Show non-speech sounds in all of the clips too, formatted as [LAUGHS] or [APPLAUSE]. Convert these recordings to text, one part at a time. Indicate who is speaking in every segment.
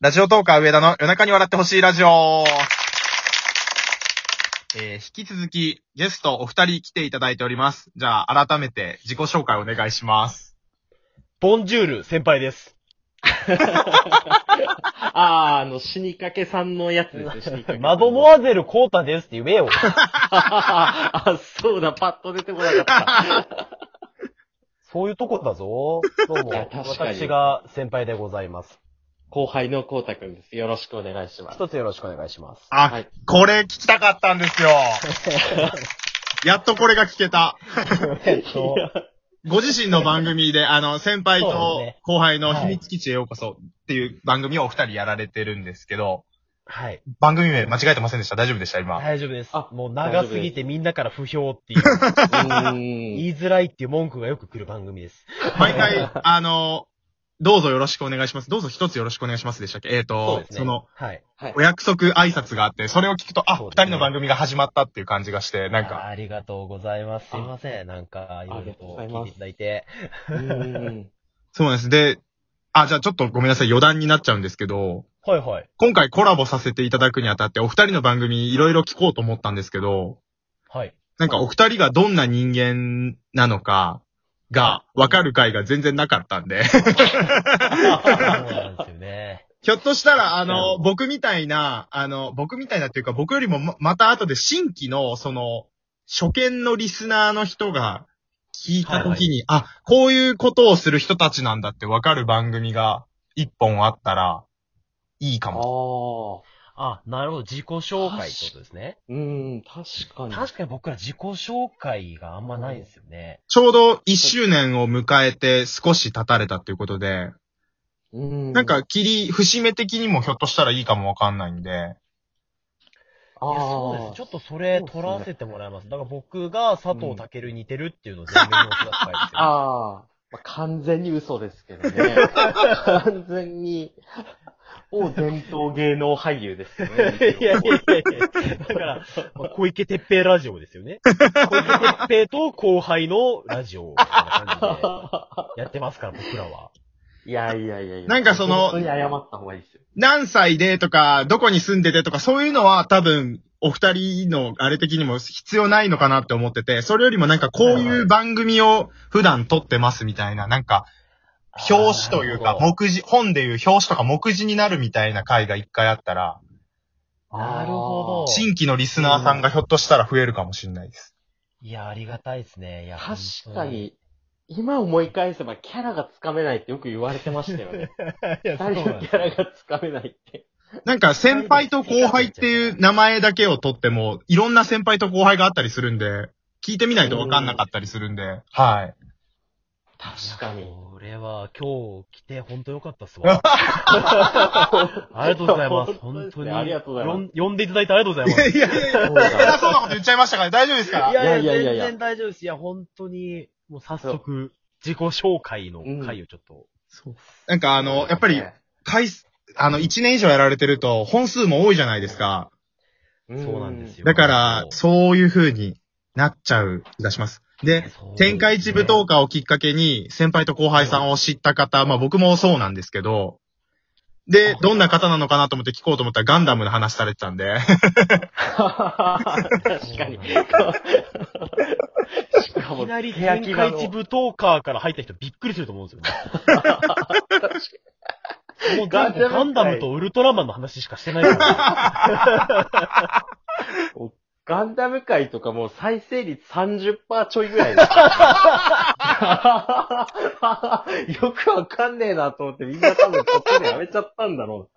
Speaker 1: ラジオトーカー上田の夜中に笑ってほしいラジオ。えー、引き続きゲストお二人来ていただいております。じゃあ改めて自己紹介お願いします。
Speaker 2: ボンジュール先輩です。
Speaker 3: あー、あの、死にかけさんのやつですね、死にかけさ
Speaker 2: [LAUGHS]
Speaker 3: ん
Speaker 2: マドモアゼルコータですって言えよ。
Speaker 3: [LAUGHS] あ、そうだ、パッと出てこなかった。
Speaker 2: そういうとこだぞ。どうも
Speaker 3: いや、確かに
Speaker 2: 私が先輩でございます。
Speaker 3: 後輩のこうたくんです。よろしくお願いします。
Speaker 2: 一つよろしくお願いします。
Speaker 1: あ、
Speaker 3: はい
Speaker 1: これ聞きたかったん
Speaker 2: [LAUGHS]
Speaker 1: ですよ。やっとこれが聞けた。
Speaker 2: えっと
Speaker 3: [LAUGHS] いや
Speaker 1: ご自身の番組で、あの、先輩
Speaker 2: そう
Speaker 1: と
Speaker 2: ですね
Speaker 1: 後輩の秘密基地へようこそっていう番組をお二人やられてるんですけど、
Speaker 2: はい。
Speaker 1: 番組名間違えてませんでした大丈夫でした今。
Speaker 2: 大丈夫です
Speaker 3: あ。
Speaker 2: もう長すぎてみんなから不評っていう、
Speaker 3: うーん。
Speaker 2: 言いづらいっていう文句がよく来る番組です。
Speaker 1: 毎回、あの、どうぞよろしくお願いします。どうぞ一つよろしくお願いしますでしたっけえっ、
Speaker 2: そう
Speaker 1: と
Speaker 2: で
Speaker 1: そ、
Speaker 2: すね。
Speaker 1: の、
Speaker 2: はい。
Speaker 3: はい
Speaker 1: お。約束挨拶があって、それを聞くと、あ、
Speaker 2: そ
Speaker 1: 二、
Speaker 2: うですね
Speaker 1: 人の番組が始まったっていう感じがして、なん
Speaker 2: あ
Speaker 1: か、
Speaker 2: ありがとうございます。すいません。なんか、いろい
Speaker 3: あり
Speaker 2: ろ
Speaker 3: がとう
Speaker 2: と
Speaker 3: ござい
Speaker 2: 聞
Speaker 3: ます
Speaker 2: いていただいて。
Speaker 3: うーん
Speaker 1: そうなんです。で、あ、じゃあちょっとごめんなさい、余談になっちゃうんですけど、
Speaker 2: はいはい。
Speaker 1: 今回コラボさせていただくにあたって、お二人の番組いろいろ聞こうと思ったんですけど、
Speaker 3: [LAUGHS]
Speaker 2: はい。
Speaker 1: なんかお二人がどんな人間なのかがわかる回が全然なかったんで、
Speaker 2: そうなんですよね。
Speaker 1: ひょっとしたら、あの、僕みたいな、あの、僕みたいなっていうか、僕よりもままた後で新規の、その、初見のリスナーの人が聞いた時に、あ、こういうことをする人たちなんだってわかる番組が一本あったら、いいか
Speaker 3: あ
Speaker 1: も。
Speaker 3: ー。
Speaker 2: あ、なるほど。自己紹介ってことですね。
Speaker 3: うーん、確かに。
Speaker 2: 確かに僕ら自己紹介があんまないですよね。
Speaker 1: ちょうど一周年を迎えて少し経たれたっていうことで、
Speaker 3: うーん。
Speaker 1: なんか、、切り、節目的にもひょっとしたらいいかもわかんないんで、
Speaker 3: あ
Speaker 2: いやそうです。ちょ
Speaker 3: ー。
Speaker 2: っとそれ
Speaker 3: そうですね
Speaker 2: 取らせてもらいます。だから僕が佐藤健に似てるっていうのを全面に押し出す回ですよ。
Speaker 3: あー。まあ完全に嘘ですけど
Speaker 2: [LAUGHS]
Speaker 3: ね。完全に、お伝統芸能俳優ですよね。
Speaker 2: い [LAUGHS] やいやいやいやだから、まあ小池徹平ラジオですよね。小池徹平と後輩のラジオみたいな感じでやってますから、僕らは。
Speaker 3: いやいやいやいや。
Speaker 1: なんかその
Speaker 3: 本当に謝った方がいいですよ。
Speaker 1: 何歳でとか、どこに住んでてとか、そういうのは多分、お二人のあれ的にも必要ないのかなって思ってて、それよりもなんかこういう番組を普段撮ってますみたいな、なんか、表紙という
Speaker 2: な
Speaker 1: か
Speaker 2: る、ほど
Speaker 1: 目次、本でいう表紙とか目次になるみたいな回が一回あったら、
Speaker 2: なるほど
Speaker 1: 新規のリスナーさんがひょっとしたら増えるかもしれないです。
Speaker 2: いや、ありがたいですね。いや、
Speaker 3: 確か。に、今思い返せばキャラがつかめないってよく言われてましたよね。
Speaker 2: い [LAUGHS] や、そうな
Speaker 3: 二
Speaker 2: んで
Speaker 3: 人のキャラがつかめないって。
Speaker 1: なんか先輩と後輩っていう名前だけを取っても、いろんな先輩と後輩があったりするんで、聞いてみないとわかんなかったりするんで、はい。
Speaker 3: 確
Speaker 2: す
Speaker 3: か
Speaker 2: いや
Speaker 3: に。
Speaker 2: これは今日来て本当よかったっすわ。ありがとうございます。
Speaker 3: [LAUGHS]
Speaker 2: 本当に。
Speaker 3: ありがとうございます。
Speaker 2: す。呼んでいただいてありがとうございます。
Speaker 1: いやいやいや、
Speaker 3: そうだ
Speaker 1: 偉そうなこと言っちゃいましたから大丈夫ですから
Speaker 2: いやいや、
Speaker 3: いやいやいやいや
Speaker 2: 全然大丈夫です。いや、本当に、もう早速、自己紹介の回をちょっと。
Speaker 1: なんかあの、やっぱり、回数、あの、1年以上やられてると、本数も多いじゃないですか。
Speaker 2: そうなんですよ
Speaker 1: だから、そういう風になっちゃう気がします。で、
Speaker 2: そう
Speaker 1: 天下一武闘家をきっかけに、先輩と後輩さんを知った方、まあ僕もそうなんですけど、で、どんな方なのかなと思って聞こうと思ったらガンダムの話されてたんで、 [LAUGHS]
Speaker 3: [LAUGHS] 確かに。しか
Speaker 2: い
Speaker 3: も、
Speaker 2: きなり
Speaker 3: 手
Speaker 2: 天
Speaker 3: 焼き
Speaker 2: 下
Speaker 3: 場
Speaker 2: 一
Speaker 3: の
Speaker 2: 武闘家から入った人びっくりすると思うんですよね。もう
Speaker 3: ガンダム
Speaker 2: ガンダムとウルトラマンの話しかしてないから。
Speaker 3: ガンダム界とかもう再生率30%ちょいぐらいですからねよくわかんねえなと思ってみんな多分こっちでやめちゃったんだろ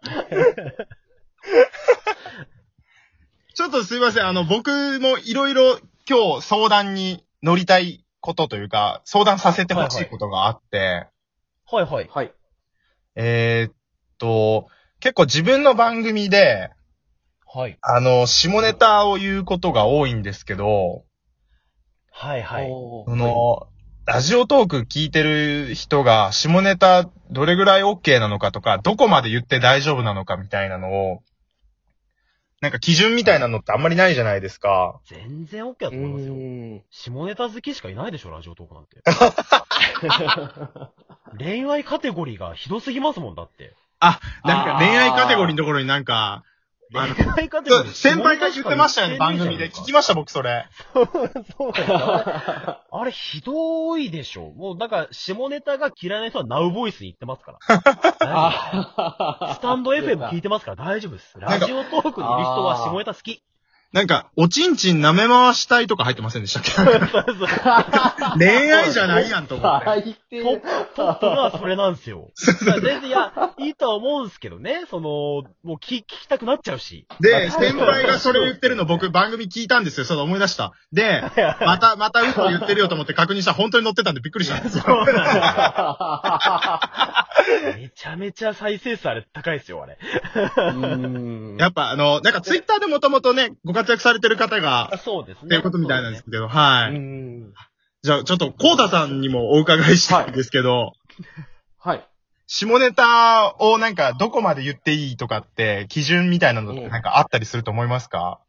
Speaker 1: ちょっとすいません、あの、僕もいろいろ今日相談に乗りたいことというか、相談させてほしいことがあって、
Speaker 2: はいは
Speaker 3: う
Speaker 2: い。。
Speaker 3: はい。
Speaker 1: えーっと、結構自分の番組で、
Speaker 2: はい。
Speaker 1: あの、下ネタを言うことが多いんですけど、
Speaker 2: はいはい。
Speaker 3: おー
Speaker 1: その、ラジオトーク聞いてる人が下ネタどれぐらい OK なのかとか、どこまで言って大丈夫なのかみたいなのを、なんか基準みたいなのってあんまりないじゃないですか。
Speaker 2: 全然 OK だ
Speaker 3: う
Speaker 2: と思いますよ。
Speaker 3: ーん。
Speaker 2: 下ネタ好きしかいないでしょ、ラジオトークなんて。
Speaker 3: 確
Speaker 2: 恋愛カテゴリーがひどすぎますもんだって。
Speaker 1: なんか恋愛カテゴリーのところになんか、あの
Speaker 2: 恋愛カテゴ
Speaker 1: そ
Speaker 2: リー
Speaker 1: う先輩が言ってましたよね、番組で。聞きました、僕それ。
Speaker 2: そうなんだ。あれ、ひどいでしょ。もう、なんか、下ネタが嫌いな人はナウボイスに行ってま
Speaker 1: [LAUGHS]
Speaker 2: すから。
Speaker 3: あ
Speaker 2: スタンド FM 聞いてますから大丈夫です。ラジオトークにいる人は下ネタ好き。
Speaker 1: なんか、おちんちん舐め回したいとか入ってませんでしたっけ [LAUGHS]
Speaker 2: そうそう
Speaker 1: 恋愛じゃないやんと思って。
Speaker 3: 最低。
Speaker 2: トッ
Speaker 3: [LAUGHS]
Speaker 2: プ、トップがそれなんですよ。だから全然、いや、いいとは思うんですけどね。その、もう聞聞きたくなっちゃうし。
Speaker 1: で、先輩がそれ言ってるの僕番組聞いたんですよ。その思い出した。で、また、また嘘言ってるよと思って確認したら本当に乗ってたんでびっくりしたんですよ。
Speaker 2: めちゃめちゃ再生数あれ高いですよ、あれ。
Speaker 3: うん
Speaker 1: やっぱあの、なんかツイッターでもともとね、ご活躍されてる方が、
Speaker 2: そうですね。
Speaker 1: っていうことみたいなんですけど、は
Speaker 3: う
Speaker 1: い。
Speaker 3: ん
Speaker 1: じゃあちょっと、コウタさんにもお伺いしたいんですけど、
Speaker 3: はい。
Speaker 1: 下ネタをなんかどこまで言っていいとかって、基準みたいなのってなんかあったりすると思いますか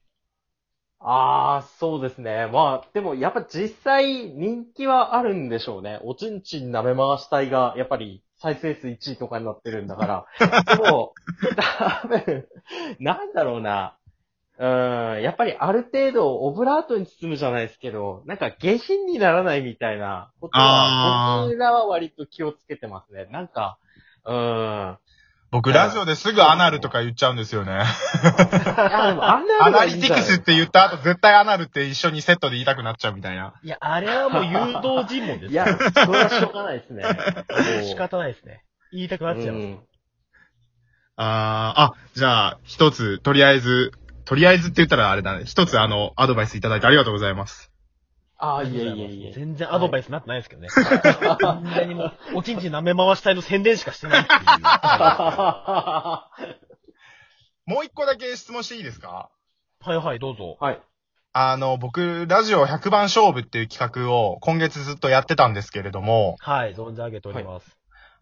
Speaker 3: ああ、そうですね。まあ、でもやっぱ実際人気はあるんでしょうね。おちんちん舐め回したいが、やっぱり再生数1位とかになってるん
Speaker 1: [LAUGHS]
Speaker 3: だから。でも、多分、なんだろうな。うーん、やっぱりある程度オブラートに包むじゃないですけど、なんか下品にならないみたいなこと
Speaker 1: あ
Speaker 3: は
Speaker 1: ー、
Speaker 3: 僕らは割と気をつけてますね。なんか、うーん。
Speaker 1: 僕、ラジオですぐアナルとか言っちゃうんですよね。
Speaker 3: いやでもあんな
Speaker 1: ア
Speaker 3: のが
Speaker 1: ナ
Speaker 3: いいん
Speaker 1: リ
Speaker 3: じ
Speaker 1: テ
Speaker 3: ゃ
Speaker 1: ィ
Speaker 3: な
Speaker 1: ク
Speaker 3: い
Speaker 1: スって言った後、絶対アナルって一緒にセットで言いたくなっちゃうみたいな。
Speaker 2: いや、あれはもう誘導尋問です
Speaker 3: いや、それはしょうがないです
Speaker 1: [LAUGHS]
Speaker 3: ね。
Speaker 2: 仕方ないですね。言いたくなっちゃう。
Speaker 3: うん
Speaker 1: あーあ、じゃあ、一つ、とりあえず、とりあえずって言ったらあれだね。一つ、あの、アドバイスいただいてありがとうございます。
Speaker 3: ああ、
Speaker 2: あり
Speaker 3: い
Speaker 2: が
Speaker 3: え
Speaker 2: とうござま
Speaker 3: いえ
Speaker 2: す
Speaker 3: いえ。
Speaker 2: 全然アドバイスになってないですけどね。完全にもう、おちんちん舐め回したいの宣伝しかしてないっていう。は
Speaker 3: [LAUGHS] は
Speaker 1: もう一個だけ質問していいですか
Speaker 2: いはい、どうぞ。
Speaker 3: い。
Speaker 1: あの、僕、ラジオ100番勝負っていう企画を今月ずっとやってたんですけれども、
Speaker 2: はい、存じ上げております。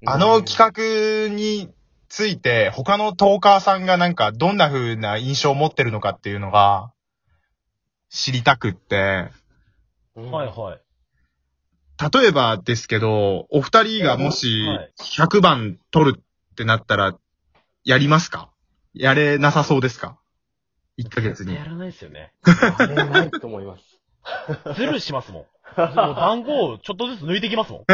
Speaker 1: あの企画について、他のトーカーさんがなんか、どんな風な印象を持ってるのかっていうのが、知りたくって、
Speaker 3: うん
Speaker 2: はいはい。
Speaker 1: 例えばですけど、お二人がもし
Speaker 2: はい、
Speaker 1: 100番取るってなったら、やりますかやれなさそうですか ?1 ヶ月に
Speaker 2: や。らないですよね。
Speaker 3: あれないと思います。
Speaker 2: ズルしますもん。もう番号をちょっとずつ抜いてきますもん。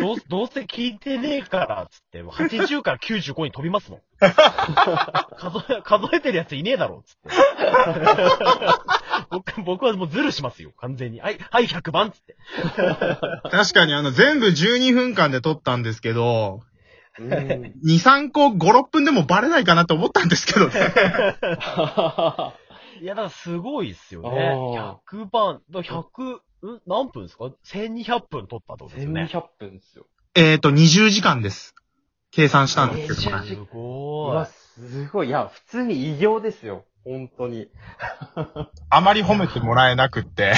Speaker 2: どうどうせ聞いてねえから、つって、もう80から95に飛びますもん。数え、数えてるやついねえだろ、つって。僕僕はもうズルしますよ、完全に。はい、はい、100番、つって。
Speaker 1: 確かにあの、全部12分間で取ったんですけど、
Speaker 3: うん
Speaker 1: 2、3個5、6分でもバレないかなと思ったんですけど
Speaker 2: [LAUGHS]
Speaker 1: ね。
Speaker 2: いや、だからすごいっすよね。
Speaker 3: あ
Speaker 2: 100番、だから100、ん何分ですか ?1200 分取ったってことですよね。
Speaker 3: 1200分ですよ。
Speaker 1: えっと、20時間です。計算したんですけど、
Speaker 3: 20
Speaker 1: ね。
Speaker 2: す
Speaker 3: う
Speaker 2: ご
Speaker 3: わ、
Speaker 2: い。
Speaker 3: すごい。いや、普通に異業ですよ。本
Speaker 2: [LAUGHS]
Speaker 3: 当に。
Speaker 1: あまり褒めてもらえなくって、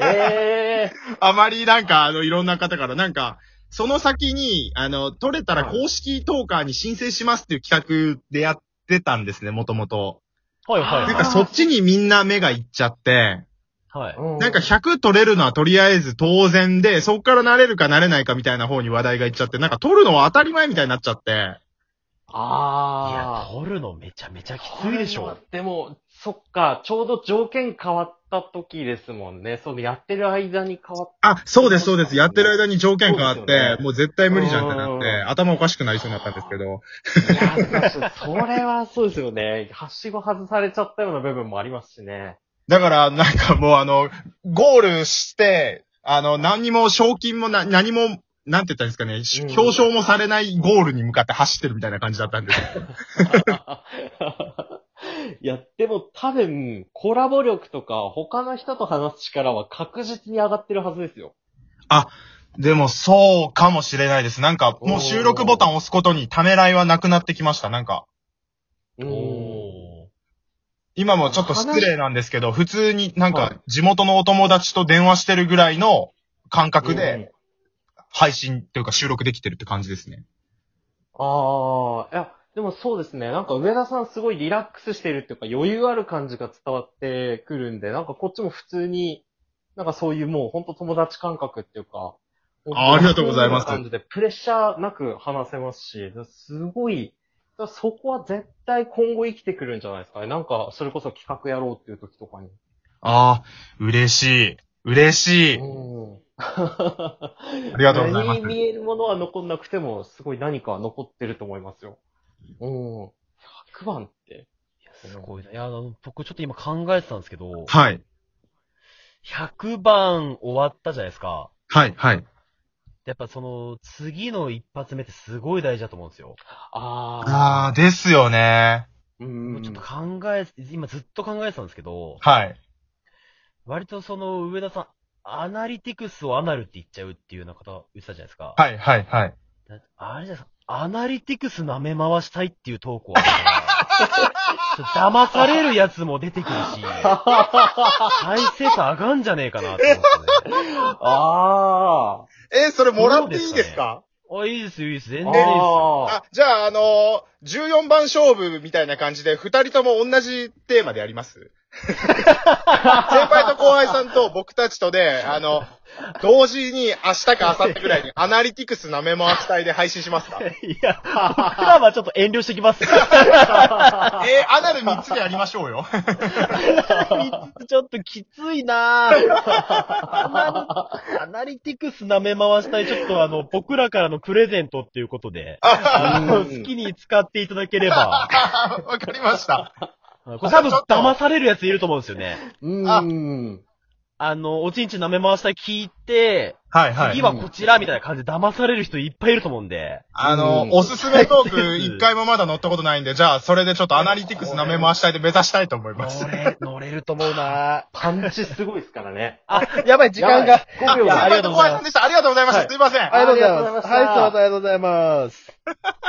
Speaker 3: ええ
Speaker 1: あまりなんか、あの、いろんな方から、なんか、その先に、あの、取れたら公式トーカーに申請しますっていう企画でやってたんですね、もともと。
Speaker 2: はいは
Speaker 1: ないん
Speaker 2: は
Speaker 1: か
Speaker 2: い。
Speaker 1: そっちにみんな目がいっちゃって、
Speaker 2: はい。
Speaker 1: なんか100取れるのはとりあえず当然で、そっから慣れるか慣れないかみたいな方に話題がいっちゃって、なんか取るのは当たり前みたいになっちゃって、
Speaker 2: いや、
Speaker 3: ああ。
Speaker 2: 取るのめちゃめちゃきついでし
Speaker 3: これ
Speaker 2: ょ
Speaker 3: は。でも、そっか、ちょうど条件変わった時ですもんね。そのやってる間に変わっ
Speaker 1: あ、そうです、そうです。やってる間に条件変わっ
Speaker 3: そうです
Speaker 1: て
Speaker 3: よ、ね
Speaker 1: もう絶対無理じゃんってなっ
Speaker 3: う
Speaker 1: て、
Speaker 3: ん
Speaker 1: 頭おかしくなりそうになったんですけど。
Speaker 3: いやー、 [LAUGHS] それはそうですよね。はしご外されちゃったような部分もありますしね。
Speaker 1: だから、なんかもうあの、ゴールして、あの、何にも賞金もな、何も、なんて言ったらいいんですかね、し
Speaker 3: うん
Speaker 1: 表彰もされないゴールに向かって走ってるみたいな感じだったんです。
Speaker 3: い [LAUGHS] や、でも多分、コラボ力とか、他の人と話す力は確実に上がってるはずですよ。
Speaker 1: でも、そうかもしれないです。なんか、も
Speaker 3: お
Speaker 1: う
Speaker 3: ー
Speaker 1: 収録ボタンを押すことにためらいはなくなってきました。なんか、
Speaker 3: う
Speaker 2: おー
Speaker 1: 今もちょっと失礼なんですけど、普通になん
Speaker 3: は
Speaker 1: か、地元のお友達と電話してるぐらいの感覚で、配信というか収録できてるって感じですね。
Speaker 3: ああ、いや、でもそうですね。なんか上田さんすごいリラックスしてるっていうか余裕ある感じが伝わってくるんで、なんかこっちも普通に、なんかそういうもう本当友達感覚っていうか、
Speaker 1: あありがとうございます
Speaker 3: そうう感じで、プレッシャーなく話せますし、すごい、だからそこは絶対今後生きてくるんじゃないですかね。なんか、それこそ企画やろうっていう時とかに。
Speaker 1: ああ、嬉しい。嬉しい。
Speaker 3: うん。
Speaker 1: ありがとうございます
Speaker 3: 目に見えるものは残んなくても、すごい何かは残ってると思いますよ。うん。100番って。
Speaker 2: いやすごいな。いや、あの、僕ちょっと今考えてたんですけど、
Speaker 1: はい。
Speaker 2: 100番終わったじゃないですか。
Speaker 1: はい、はい。
Speaker 2: やっぱその、次の一発目ってすごい大事だと思うんですよ。
Speaker 3: ああ。
Speaker 1: ああ、ですよね。
Speaker 3: う。
Speaker 2: もうんちょっと考え、今ずっと考えてたんですけど、
Speaker 1: はい。
Speaker 2: 割とその、上田さん、アナリティクスをアナルって言っちゃうっていうような方言ってたじゃないですか。
Speaker 1: はい、はい、はい。
Speaker 2: なあれじゃないですか、アナリティクス舐め回したいっていう投稿あるから、ちょっと騙されるやつも出てくる
Speaker 1: [LAUGHS]
Speaker 2: し、再生数上がんじゃねえかなって思って、ね。
Speaker 3: ああ。
Speaker 1: えーそれもらっていいですか
Speaker 2: あ、いいですよ、いいです。全然いいですよ。
Speaker 3: あ
Speaker 1: あ、じゃあ、あのー、14番勝負みたいな感じで、二人とも同じテーマでやります先輩と後輩さんと僕たちとで、あの、同時に明日か明後日ぐらいにアナリティクス舐め回し隊で配信し [LAUGHS] ますかえ
Speaker 2: いや、僕ら [LAUGHS] はちょっと遠慮してきます。
Speaker 1: ー、アナル3つでやりましょう [LAUGHS] よ。
Speaker 2: ちょっときついなぁ。アナリアナリティクス舐め回したい、ちょっとあの、僕らからのプレゼントっていうことで、あの好きに使っていただければ、
Speaker 1: わかりました。
Speaker 2: これ多分騙されるやついると思うんですよね。
Speaker 3: うん。
Speaker 2: あの、おちんちん舐め回したい聞いて、
Speaker 1: はい
Speaker 2: 次はこちらみたいな感じで騙される人いっぱいいると思うんで、
Speaker 1: あ
Speaker 3: うん
Speaker 1: の、おすすめトーク一回もまだ乗ったことないんで、じゃあ、それでちょっとアナリティクス舐め回し隊で目指したいと思いま
Speaker 2: 乗
Speaker 1: す。
Speaker 2: れ、乗れると思うな
Speaker 3: パンチすごいですからね。
Speaker 2: あ、やばい、時間が。
Speaker 3: 5秒
Speaker 2: いや
Speaker 1: 先
Speaker 2: あ
Speaker 1: 輩
Speaker 2: りがと
Speaker 1: と後
Speaker 2: うござい
Speaker 1: 輩さ
Speaker 2: ます
Speaker 1: んでした。ありがとうございました。すいません。
Speaker 2: ありがとうございます。
Speaker 3: あ
Speaker 2: は
Speaker 3: り
Speaker 2: い、
Speaker 3: がとうございました
Speaker 2: そうだありがとうございます。